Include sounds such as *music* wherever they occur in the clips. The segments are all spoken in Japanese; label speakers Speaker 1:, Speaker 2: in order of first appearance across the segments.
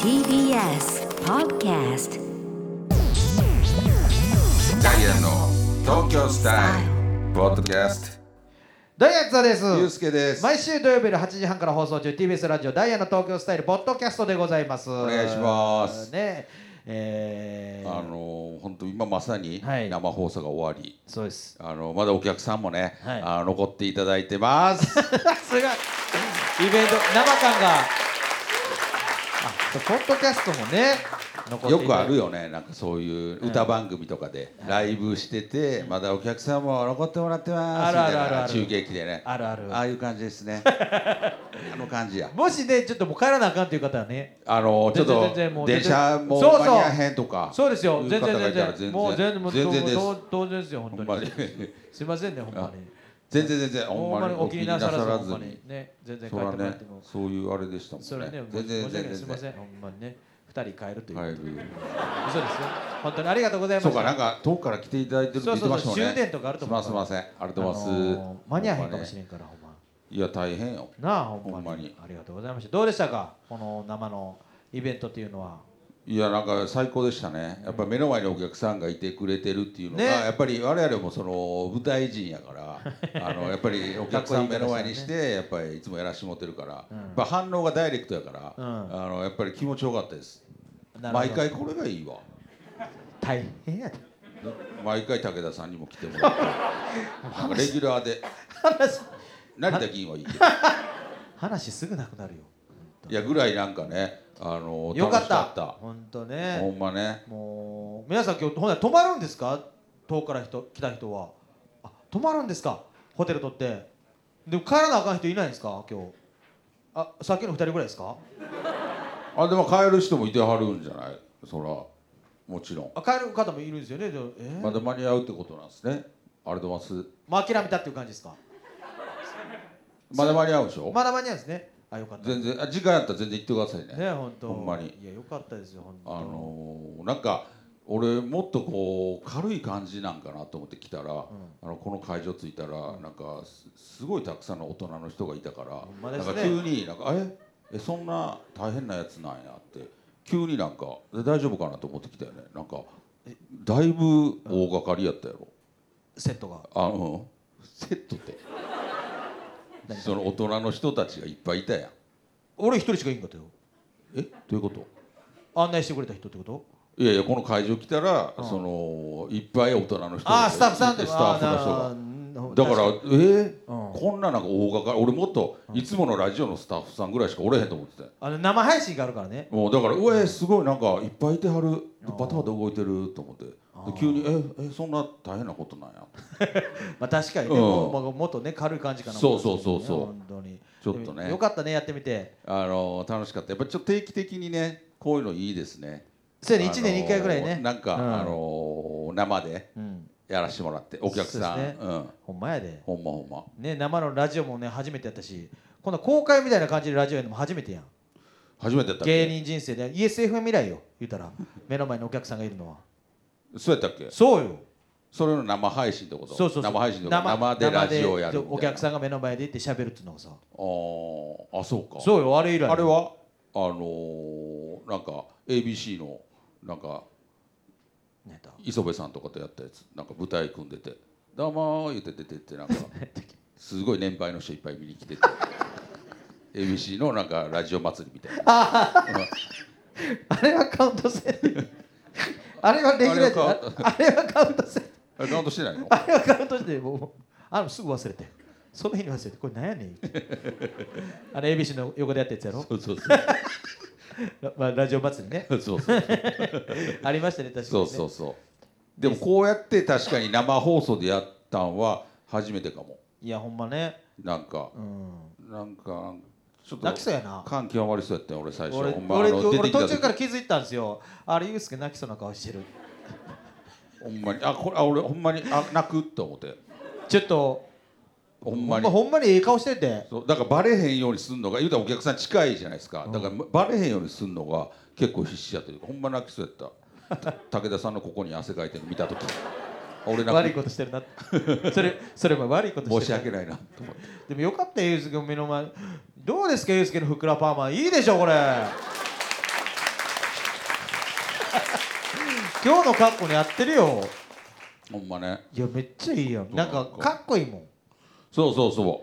Speaker 1: TBS Podcast
Speaker 2: ダイアンの東京スタイルポッドキャス
Speaker 3: ダイアンツァです
Speaker 2: トゆうすけです
Speaker 3: 毎週土曜日の8時半から放送中 TBS ラジオダイアンの東京スタイルポッドキャストでございますお
Speaker 2: 願いします
Speaker 3: ねえー
Speaker 2: あの本当今まさに
Speaker 3: はい
Speaker 2: 生放送が終わり、
Speaker 3: そうです *laughs*
Speaker 2: あのまだお客さんもね、
Speaker 3: はい
Speaker 2: あの残っていただいてます。
Speaker 3: すごいイベント生感があそうポッドキャストもね残って
Speaker 2: よ
Speaker 3: いた
Speaker 2: くあるよねなんかそういう歌番組とかでライブしてて、まだお客さんも残ってもらってますみ
Speaker 3: ある
Speaker 2: た
Speaker 3: ある
Speaker 2: い
Speaker 3: あるあ
Speaker 2: な
Speaker 3: る
Speaker 2: 中継機でね
Speaker 3: あるある
Speaker 2: あいう感じです
Speaker 3: *laughs*
Speaker 2: ねあの感じや
Speaker 3: もしねちょっともう帰らなあかんという方はね
Speaker 2: あのちょっ
Speaker 3: 全然全然も
Speaker 2: と
Speaker 3: う
Speaker 2: 電車も
Speaker 3: そうそう
Speaker 2: 間に合へんとか
Speaker 3: そうですよ
Speaker 2: い
Speaker 3: 全
Speaker 2: 方
Speaker 3: 然
Speaker 2: が
Speaker 3: 全
Speaker 2: いたら
Speaker 3: 然もう全然もう
Speaker 2: 全然です
Speaker 3: 当当然ですよ
Speaker 2: ほ
Speaker 3: 本
Speaker 2: ん
Speaker 3: 当
Speaker 2: ま
Speaker 3: に
Speaker 2: に
Speaker 3: ねすいませんねほんまに
Speaker 2: 全然全然ほ
Speaker 3: ほ
Speaker 2: ん
Speaker 3: ん
Speaker 2: ま
Speaker 3: ま
Speaker 2: に
Speaker 3: にお気になさらずほんまにね全然帰
Speaker 2: そ
Speaker 3: っ
Speaker 2: れ
Speaker 3: て
Speaker 2: は
Speaker 3: もらっ
Speaker 2: ね
Speaker 3: ても
Speaker 2: そういうあれでしたも
Speaker 3: それは
Speaker 2: ん
Speaker 3: ね、
Speaker 2: ね
Speaker 3: もう
Speaker 2: 全
Speaker 3: 申
Speaker 2: 然
Speaker 3: し訳ない
Speaker 2: 全
Speaker 3: ですすみませ
Speaker 2: 然
Speaker 3: ん、ほんまにね、二人帰るという、
Speaker 2: は
Speaker 3: はいい、嘘ですよ。本当にありがとうございまし
Speaker 2: そ
Speaker 3: た。
Speaker 2: うかなんか遠くから来ていただいてるって言ってましたもんね
Speaker 3: そうそうそう終電とかあると思う
Speaker 2: すみませんすみませんありがとうございます、
Speaker 3: のー間に合わへんかもし
Speaker 2: れ
Speaker 3: れんから、ほんま。
Speaker 2: いや大変よ
Speaker 3: なあ、ほんまに
Speaker 2: ほんまに
Speaker 3: ありがとうございました。どうでしたか、この生のイベントっていうのは。
Speaker 2: いやなんか最高でしたねやっぱ目の前にお客さんがいてくれてるっていうのが、
Speaker 3: ね
Speaker 2: やっぱり我々もその舞台人やから
Speaker 3: *laughs*
Speaker 2: あのやっぱりお客さん目の前にしてやっぱりいつもやらしてもらってるから、
Speaker 3: うん
Speaker 2: やっぱ反応がダイレクトやから、
Speaker 3: うん
Speaker 2: あのやっぱり気持ちよかったです
Speaker 3: なるほ
Speaker 2: 毎
Speaker 3: ど
Speaker 2: 回。これがいいわ
Speaker 3: 大変やで。
Speaker 2: 毎回武田さんにも来てもらっ
Speaker 3: *laughs*
Speaker 2: てなんかレギュラーで
Speaker 3: 話、
Speaker 2: 成田議員はいいけど
Speaker 3: *laughs* 話すぐなくなるよ。
Speaker 2: いやぐらいなんかねあの
Speaker 3: よか
Speaker 2: 楽
Speaker 3: っ
Speaker 2: しか
Speaker 3: た。
Speaker 2: った
Speaker 3: 本当
Speaker 2: ほ
Speaker 3: ね。
Speaker 2: んまね
Speaker 3: もう、皆さん、今日、ほんなら泊まるんですか。遠くから人、来た人は。あ、泊まるんですか。ホテル取って。でも、帰らなあかん人いないんですか、今日。あ、さっきの二人ぐらいですか。
Speaker 2: あでも帰る人もいてはるんじゃないそらもちろん
Speaker 3: あ帰る方もいるんですよね。でもえー
Speaker 2: まだ間に合うってことなんですねありがとうございます
Speaker 3: まあ、諦めたっていう感じですか。
Speaker 2: まだ間に合うでしょ
Speaker 3: まだ間に合うんですね。あ、よかった。ね、
Speaker 2: 全然あ時間あったら全然行ってくださいね
Speaker 3: 本当。
Speaker 2: ほんまに
Speaker 3: いや、よかったですよ。本
Speaker 2: あ
Speaker 3: 当。
Speaker 2: のーなんか俺もっとこう軽い感じなんかなと思って来たら、あのこの会場着いたら、なんかすすごいたくさんの大人の人がいたから
Speaker 3: ん、ま
Speaker 2: な
Speaker 3: で
Speaker 2: ん
Speaker 3: す
Speaker 2: か
Speaker 3: ね
Speaker 2: 急になんかええそんな大変なやつなんやって急になんかえ大丈夫かなと思ってきたよねなんかだいぶ大掛かりやったやろ、
Speaker 3: セットが。
Speaker 2: あのセットって
Speaker 3: 何
Speaker 2: その大人の人たちがいっぱいいたやん
Speaker 3: 俺一人しかいんかったよ。
Speaker 2: えどういうこと
Speaker 3: 案内してくれた人ってこと。
Speaker 2: いやいやこの会場来たら、
Speaker 3: うん
Speaker 2: そのいっぱい大人の人が
Speaker 3: あー、スタッフさんと
Speaker 2: いて
Speaker 3: か。
Speaker 2: スタッフの人が
Speaker 3: あーなるほど
Speaker 2: だから
Speaker 3: 確
Speaker 2: え
Speaker 3: に
Speaker 2: ー
Speaker 3: うん
Speaker 2: こんななんか大掛かり俺もっといつものラジオのスタッフさんぐらいしかおれへんと思ってたよ
Speaker 3: あの生配信があるからね。
Speaker 2: もうだからうえーすごいなんかいっぱいいてはるでバタバタ動いてると思ってで急にええそんな大変なことなんや
Speaker 3: まあ、確かにね、
Speaker 2: うん
Speaker 3: もうまあもっとね、軽い感じかな。
Speaker 2: そうそうそうそう
Speaker 3: 本当に。
Speaker 2: ちょっとね
Speaker 3: でもよかったね、やってみて。
Speaker 2: あのー楽しかったやっぱちょっと定期的にねこういうのいいですね
Speaker 3: そうやね、一年に一回ぐらい
Speaker 2: あの
Speaker 3: ね。
Speaker 2: ーなんか、
Speaker 3: うん
Speaker 2: あのー生で
Speaker 3: うん。
Speaker 2: やらしてもらってお客さんう,、
Speaker 3: そうですね
Speaker 2: ん
Speaker 3: ほんまやで。
Speaker 2: ほんまほんま
Speaker 3: ね、生のラジオもね初めてやったし今度は公開みたいな感じでラジオやるのも初めてやん
Speaker 2: 初めてやったっ
Speaker 3: 芸
Speaker 2: け
Speaker 3: 人人生で ESFM 未来よ言うたら目の前にお客さんがいるのは
Speaker 2: そうやったっけ
Speaker 3: そうよ
Speaker 2: それの生配信ってこと
Speaker 3: そうそうそう
Speaker 2: 生配信とか生でラジオやるみたいな
Speaker 3: お客さんが目の前で行って喋るっていうのがさ
Speaker 2: あーあそうか
Speaker 3: そうよあれ以来
Speaker 2: あれはあのーなんか ABC のなんか
Speaker 3: 何やった
Speaker 2: 磯部さんとかとやったやつなんか舞台組んでて「どうも」言って出てってなんかすごい年配の人いっぱい見に来て *laughs* て ABC のなんかラジオ祭りみたいな
Speaker 3: あれはカウント
Speaker 2: *laughs*
Speaker 3: せんあれはレギュラーじゃないあれはカウントせん
Speaker 2: あれカウントしてないの
Speaker 3: あれはカウントしてもうあのすぐ忘れてその日に忘れてこれ何やねん言うてあの ABC の横でやったやつやろ
Speaker 2: そうそうそう
Speaker 3: ラ,、まあ、ラジオ祭りね
Speaker 2: そうそう
Speaker 3: ありましたね確かに、
Speaker 2: そう
Speaker 3: ね、
Speaker 2: そうそうでもこうやって確かに生放送でやったんは初めてかも
Speaker 3: いやほんまね
Speaker 2: なんか
Speaker 3: うん
Speaker 2: なんかちょっと
Speaker 3: 泣きそうやな
Speaker 2: 感極まりそうやったよ俺最初
Speaker 3: 俺
Speaker 2: ほんまあ
Speaker 3: 俺
Speaker 2: の出
Speaker 3: 俺
Speaker 2: てきた
Speaker 3: 途中
Speaker 2: 時
Speaker 3: から気づいたんですよあれユうスケ泣きそうな顔してる
Speaker 2: ほんまにあこれあ俺ほんまにあ泣くって思って
Speaker 3: ちょっと
Speaker 2: ほんまに
Speaker 3: ほほんまにええ顔してて
Speaker 2: そうだからバレへんようにすんのが言うたらお客さん近いじゃないですかだからバレへんようにすんのが結構必死やというかほんま泣きそうやったた武田さんのここに汗かいてるの見た時俺な
Speaker 3: 悪い
Speaker 2: んか
Speaker 3: ことしてるなってそれそれも悪いことしてる
Speaker 2: 申し訳ないなと思って
Speaker 3: でもよ
Speaker 2: *laughs*
Speaker 3: かったよユうスケの目の前どうですかユうスケのふくらパーマいいでしょこれ今日の格好にやってるよ
Speaker 2: ほんまね
Speaker 3: いやめっちゃいいやんなんか
Speaker 2: どうなんか
Speaker 3: かっこいいもん
Speaker 2: そうそうそう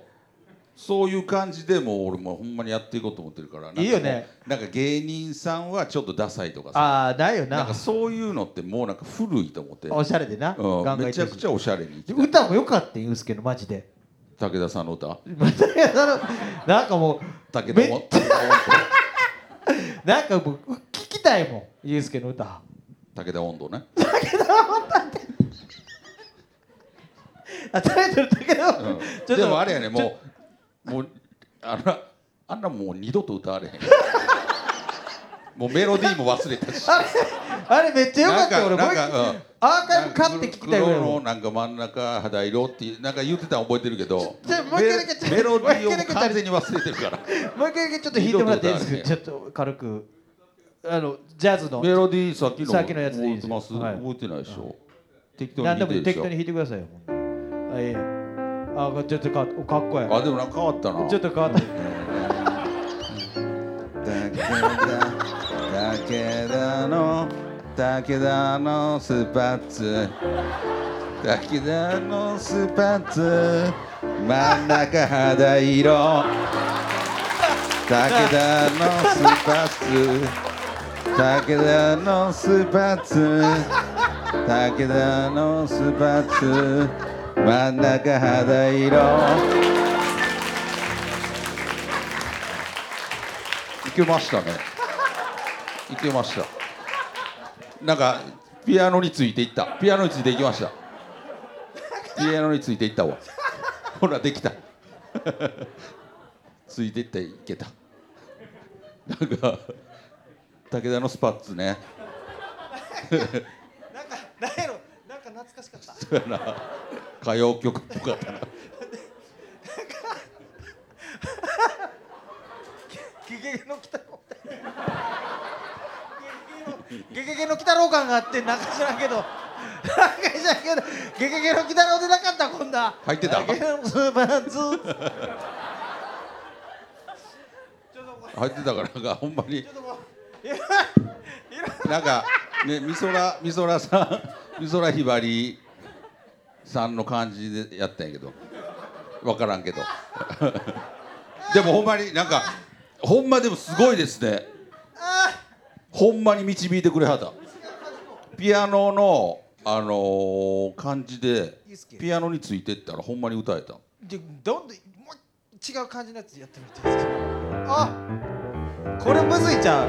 Speaker 2: そういう感じでもう俺もほんまにやっていこうと思ってるからなんか
Speaker 3: いいよね
Speaker 2: もうなんか芸人さんはちょっとダサいとかさ
Speaker 3: ああないよ
Speaker 2: な
Speaker 3: なん
Speaker 2: かそういうのってもうなんか古いと思って、
Speaker 3: おしゃれでな
Speaker 2: うん、めちゃくちゃ
Speaker 3: ゃ
Speaker 2: おしゃれに生きたい
Speaker 3: 歌もよかったよユうスケのマジで
Speaker 2: 武田さんの歌
Speaker 3: なんか
Speaker 2: 武
Speaker 3: もう
Speaker 2: 田
Speaker 3: め
Speaker 2: も
Speaker 3: なんかもう聞きたいもんユうスケの歌
Speaker 2: 武田温度
Speaker 3: *laughs*
Speaker 2: ね
Speaker 3: あタイトルだけど、
Speaker 2: うん、でもあれやねもうもうあんなあんなもう二度と歌われへんもうメロディーも忘れたし
Speaker 3: *laughs* あれあれめっちゃよかったよ俺も
Speaker 2: な
Speaker 3: う
Speaker 2: ん
Speaker 3: 一
Speaker 2: か
Speaker 3: 回
Speaker 2: なんかうん
Speaker 3: アーカイブ買って聞きたいぐらい
Speaker 2: 黒の
Speaker 3: も
Speaker 2: なんか真ん中肌色っていうなんか言ってたの覚えてるけど
Speaker 3: ちょちょもう一回だけちょ
Speaker 2: メメロディ
Speaker 3: もう一
Speaker 2: ー
Speaker 3: 回だ
Speaker 2: を
Speaker 3: け
Speaker 2: 完全に忘れてるから
Speaker 3: う一回だけちょっと弾いてもらっていいです
Speaker 2: 二
Speaker 3: か
Speaker 2: 度
Speaker 3: ちょっと軽くあのジャズの
Speaker 2: メロディーさっきの
Speaker 3: さっきのやつでいいです
Speaker 2: 覚えてます、
Speaker 3: はい
Speaker 2: 覚えてないでしょ適当に
Speaker 3: 何で
Speaker 2: 言って
Speaker 3: も
Speaker 2: るでし
Speaker 3: 適
Speaker 2: ょ
Speaker 3: 当に弾いてくださいよあいいあちょっとかおかっこいい
Speaker 2: あでもなんか変わったな
Speaker 3: ちょっと変 *laughs* わった
Speaker 2: 武田武田の武田のスパッツ武田のスパッツ真ん中肌色武田のスパッツ武田のスパッツ武田のスパッツ真ん中肌色いけましたね。いけました。なんかピアノについていった。ピアノについていきました。ピアノについていったわ。ほらできた。 *laughs* ついていっていけた。なんか武田のスパッツね。
Speaker 3: なんかなんやろなんか懐かしかった
Speaker 2: そうやな歌謡曲っぽかったな。
Speaker 3: ゲゲゲの鬼太郎ゲゲゲの鬼太郎感があってなんか知らんけどなんか知らんけどゲゲゲの鬼太郎でなかったこんな
Speaker 2: 入ってた
Speaker 3: ゲゲゲのスーパーツ
Speaker 2: 入ってたからなんかほんまに
Speaker 3: ちょっともういやいや
Speaker 2: なんかね美空美空さん美空ひばりさんの感じでやったんやけど分からんけど *laughs* でもほんまになんかほんまでもすごいですね
Speaker 3: あ
Speaker 2: ほんまに導いてくれはったピアノのあのー感じで
Speaker 3: いいっすけ
Speaker 2: ピアノについてったらほんまに歌えた
Speaker 3: でどんどんもう違う感じのやつやってみていいですかあこれむずいじゃん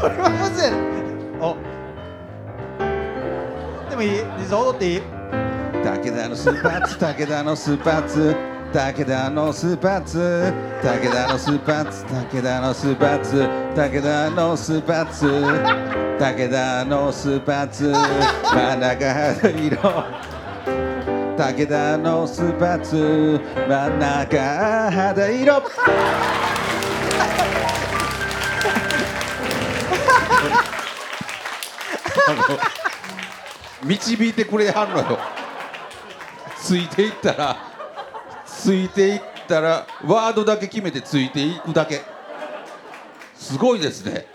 Speaker 3: これはむずいあでもいい実は踊っていい
Speaker 2: 武田のスパッツ武田のスパッツ武田のスパッツ武田のスパッツ武田のスパッツ武田のスパッツ武田のスパッツ真ん中肌色武田のスパッツ真ん中肌色導いてくれはんのよついていったらついていったらワードだけ決めてついていくだけすごいですね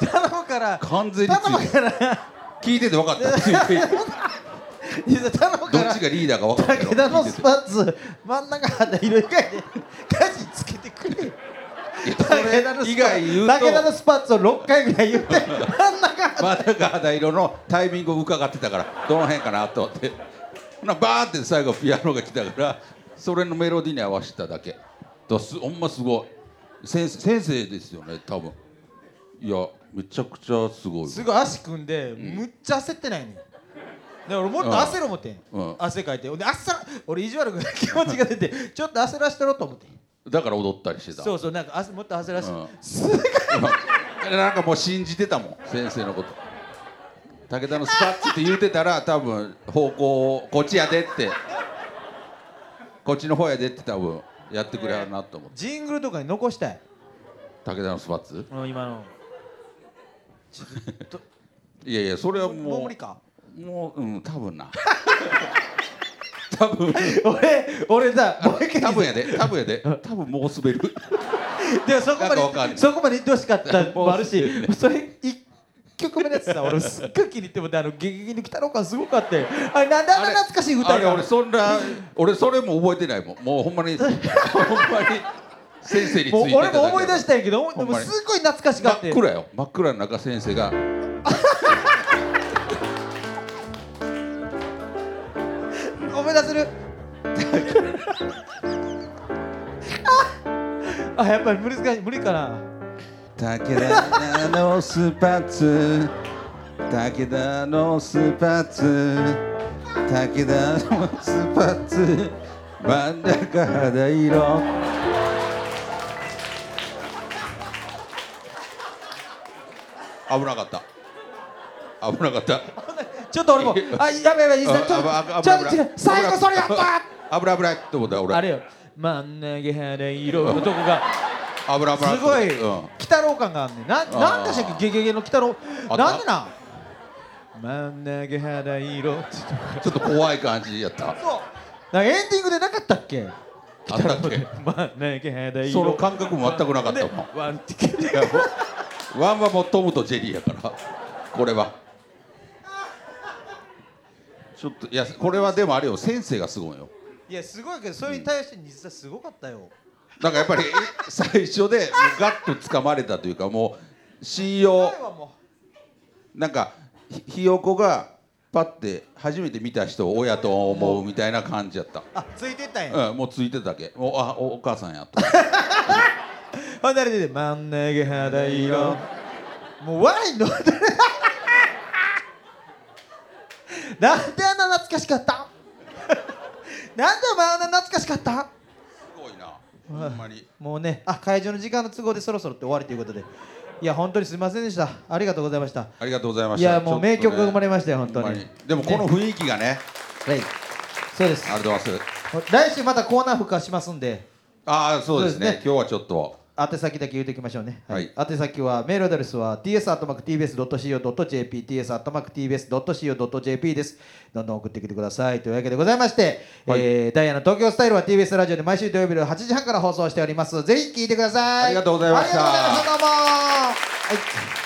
Speaker 3: 頼むから
Speaker 2: 完全につ
Speaker 3: 頼
Speaker 2: い
Speaker 3: む
Speaker 2: て
Speaker 3: から
Speaker 2: 聞いてて分かったついていく
Speaker 3: 実は頼むか
Speaker 2: ど
Speaker 3: ら
Speaker 2: っちがリーダーか分かった
Speaker 3: 武田の
Speaker 2: 聞い
Speaker 3: ス
Speaker 2: てて
Speaker 3: パッツ真ん中肌色以外で歌詞つけてくれ
Speaker 2: いやそれ以外言うと
Speaker 3: 武田のスパッツを6回ぐらい言って真ん中肌
Speaker 2: 真ん中肌色のタイミングを伺ってたからどの辺かなと思ってほなバーンって最後ピアノが来たからそれのメロディーに合わせただけだからすほんますごい先生先生ですよね多分いやめちゃくちゃすごいわ
Speaker 3: すごい足組んで、むっちゃ焦ってないねんで俺もっと焦る思ってん、
Speaker 2: うん
Speaker 3: 汗かいてほんで焦ら俺意地悪く気持ちが出て
Speaker 2: *laughs*
Speaker 3: ちょっと焦らしてろと思ってん
Speaker 2: だから踊ったりしてた
Speaker 3: そうそうなんか汗もっと焦らして、
Speaker 2: うん
Speaker 3: すごい
Speaker 2: うんなんかもう信じてたもん先生のこと武田のスパッツって言うてたら多分方向をこっちやでってこっちの方やでって多分やってくれはるなと思って
Speaker 3: ジングルとかに残したい
Speaker 2: 武田のスパッツ
Speaker 3: この今のちょっと
Speaker 2: いやいやそれは
Speaker 3: もう
Speaker 2: も
Speaker 3: 無理か
Speaker 2: うもううん多分な *laughs* 多分
Speaker 3: *laughs* 俺俺さもう一回
Speaker 2: 多分やで多分やで多分もう滑る
Speaker 3: でもそこ
Speaker 2: なんかわか
Speaker 3: ま
Speaker 2: んな
Speaker 3: で
Speaker 2: い
Speaker 3: そこまで言ってほしかったのもあるし
Speaker 2: もう
Speaker 3: それい曲目のやつさ俺すっごい気に入ってもってあの「ゲゲゲに鬼太郎」感すごくあってあれなんであんな懐かしい歌
Speaker 2: あれ
Speaker 3: が
Speaker 2: 俺そんな俺それも覚えてないもんもうほんまにほんまに先生について
Speaker 3: もう俺も思い出したたんやけどで
Speaker 2: ほん
Speaker 3: も
Speaker 2: まに
Speaker 3: すごい懐かし
Speaker 2: だ
Speaker 3: が
Speaker 2: け
Speaker 3: っ
Speaker 2: だ真
Speaker 3: て
Speaker 2: っ暗よ真っ暗の中先生が
Speaker 3: 思い *laughs* 出せるああやっぱり無理か無理かな
Speaker 2: 武田のスパッツ武田のスパッツ武田のスパッツ真ん中肌色危なかった危なかった
Speaker 3: ちょっと俺もあやべやべいいっすねちょっ
Speaker 2: あ
Speaker 3: と
Speaker 2: あ
Speaker 3: ちょっ
Speaker 2: 危
Speaker 3: と
Speaker 2: ない危な
Speaker 3: 違
Speaker 2: いう
Speaker 3: 最後それやっ
Speaker 2: 危な
Speaker 3: た
Speaker 2: い危ない危ないと思った俺
Speaker 3: あれよ真ん中肌色のとこが
Speaker 2: 危ない危ない
Speaker 3: すごい
Speaker 2: うん
Speaker 3: 鬼太郎感があんねんな
Speaker 2: ー
Speaker 3: なんかしたっけゲゲゲの鬼太郎
Speaker 2: あった
Speaker 3: なんでなん真ん中肌色って言って
Speaker 2: ちょっと怖い感じやった
Speaker 3: そうなんかエンディングでなかったっけ
Speaker 2: あったっけ
Speaker 3: 真ん中肌色
Speaker 2: その感覚も全くなかったもん
Speaker 3: でワンティ
Speaker 2: いやもうワンはもうトムとジェリーやからこれはちょっといやこれはでもあれよ先生がすごいよ
Speaker 3: いやすごいけどそれに対して実はすごかったよ、
Speaker 2: なんかやっぱり *laughs* 最初でもうガッと掴まれたというかもう信用
Speaker 3: 前はも
Speaker 2: なんかひひよこがパッて初めて見た人を親と思うみたいな感じやった
Speaker 3: う、あついてったんや、
Speaker 2: うん、もうついてただけもうあおお母さんやと
Speaker 3: ほんであれで真ん中肌色もうワイン飲んでるなんであんな懐かしかったなんでお前あんな懐かしかった
Speaker 2: すごいな
Speaker 3: *laughs*
Speaker 2: ほんまに
Speaker 3: もうねあ会場の時間の都合でそろそろって終わりということでいや本当にすみませんでしたありがとうございました
Speaker 2: ありがとうございま
Speaker 3: い
Speaker 2: した
Speaker 3: やもう名曲が生まれましたよ本
Speaker 2: ちょっ
Speaker 3: 当
Speaker 2: とね
Speaker 3: に
Speaker 2: ほんまでもこの雰囲気がね
Speaker 3: はいそうです
Speaker 2: ありがとうございます
Speaker 3: 来週またコーナー復活しますんで
Speaker 2: ああそうですね
Speaker 3: そうですね
Speaker 2: 今日はちょっと
Speaker 3: 宛先だけ言っておきましょうね、
Speaker 2: はい
Speaker 3: 宛先はメールアドレスは ts.tbs.co.jp ts.tbs.co.jp ですどんどん送ってきてくださいというわけでございまして、
Speaker 2: はい
Speaker 3: えーダイヤの東京スタイルは TBS ラジオで毎週土曜日の8時半から放送しておりますぜひ聞いてください
Speaker 2: ありがとうございました
Speaker 3: ありがとうございましたどうもはい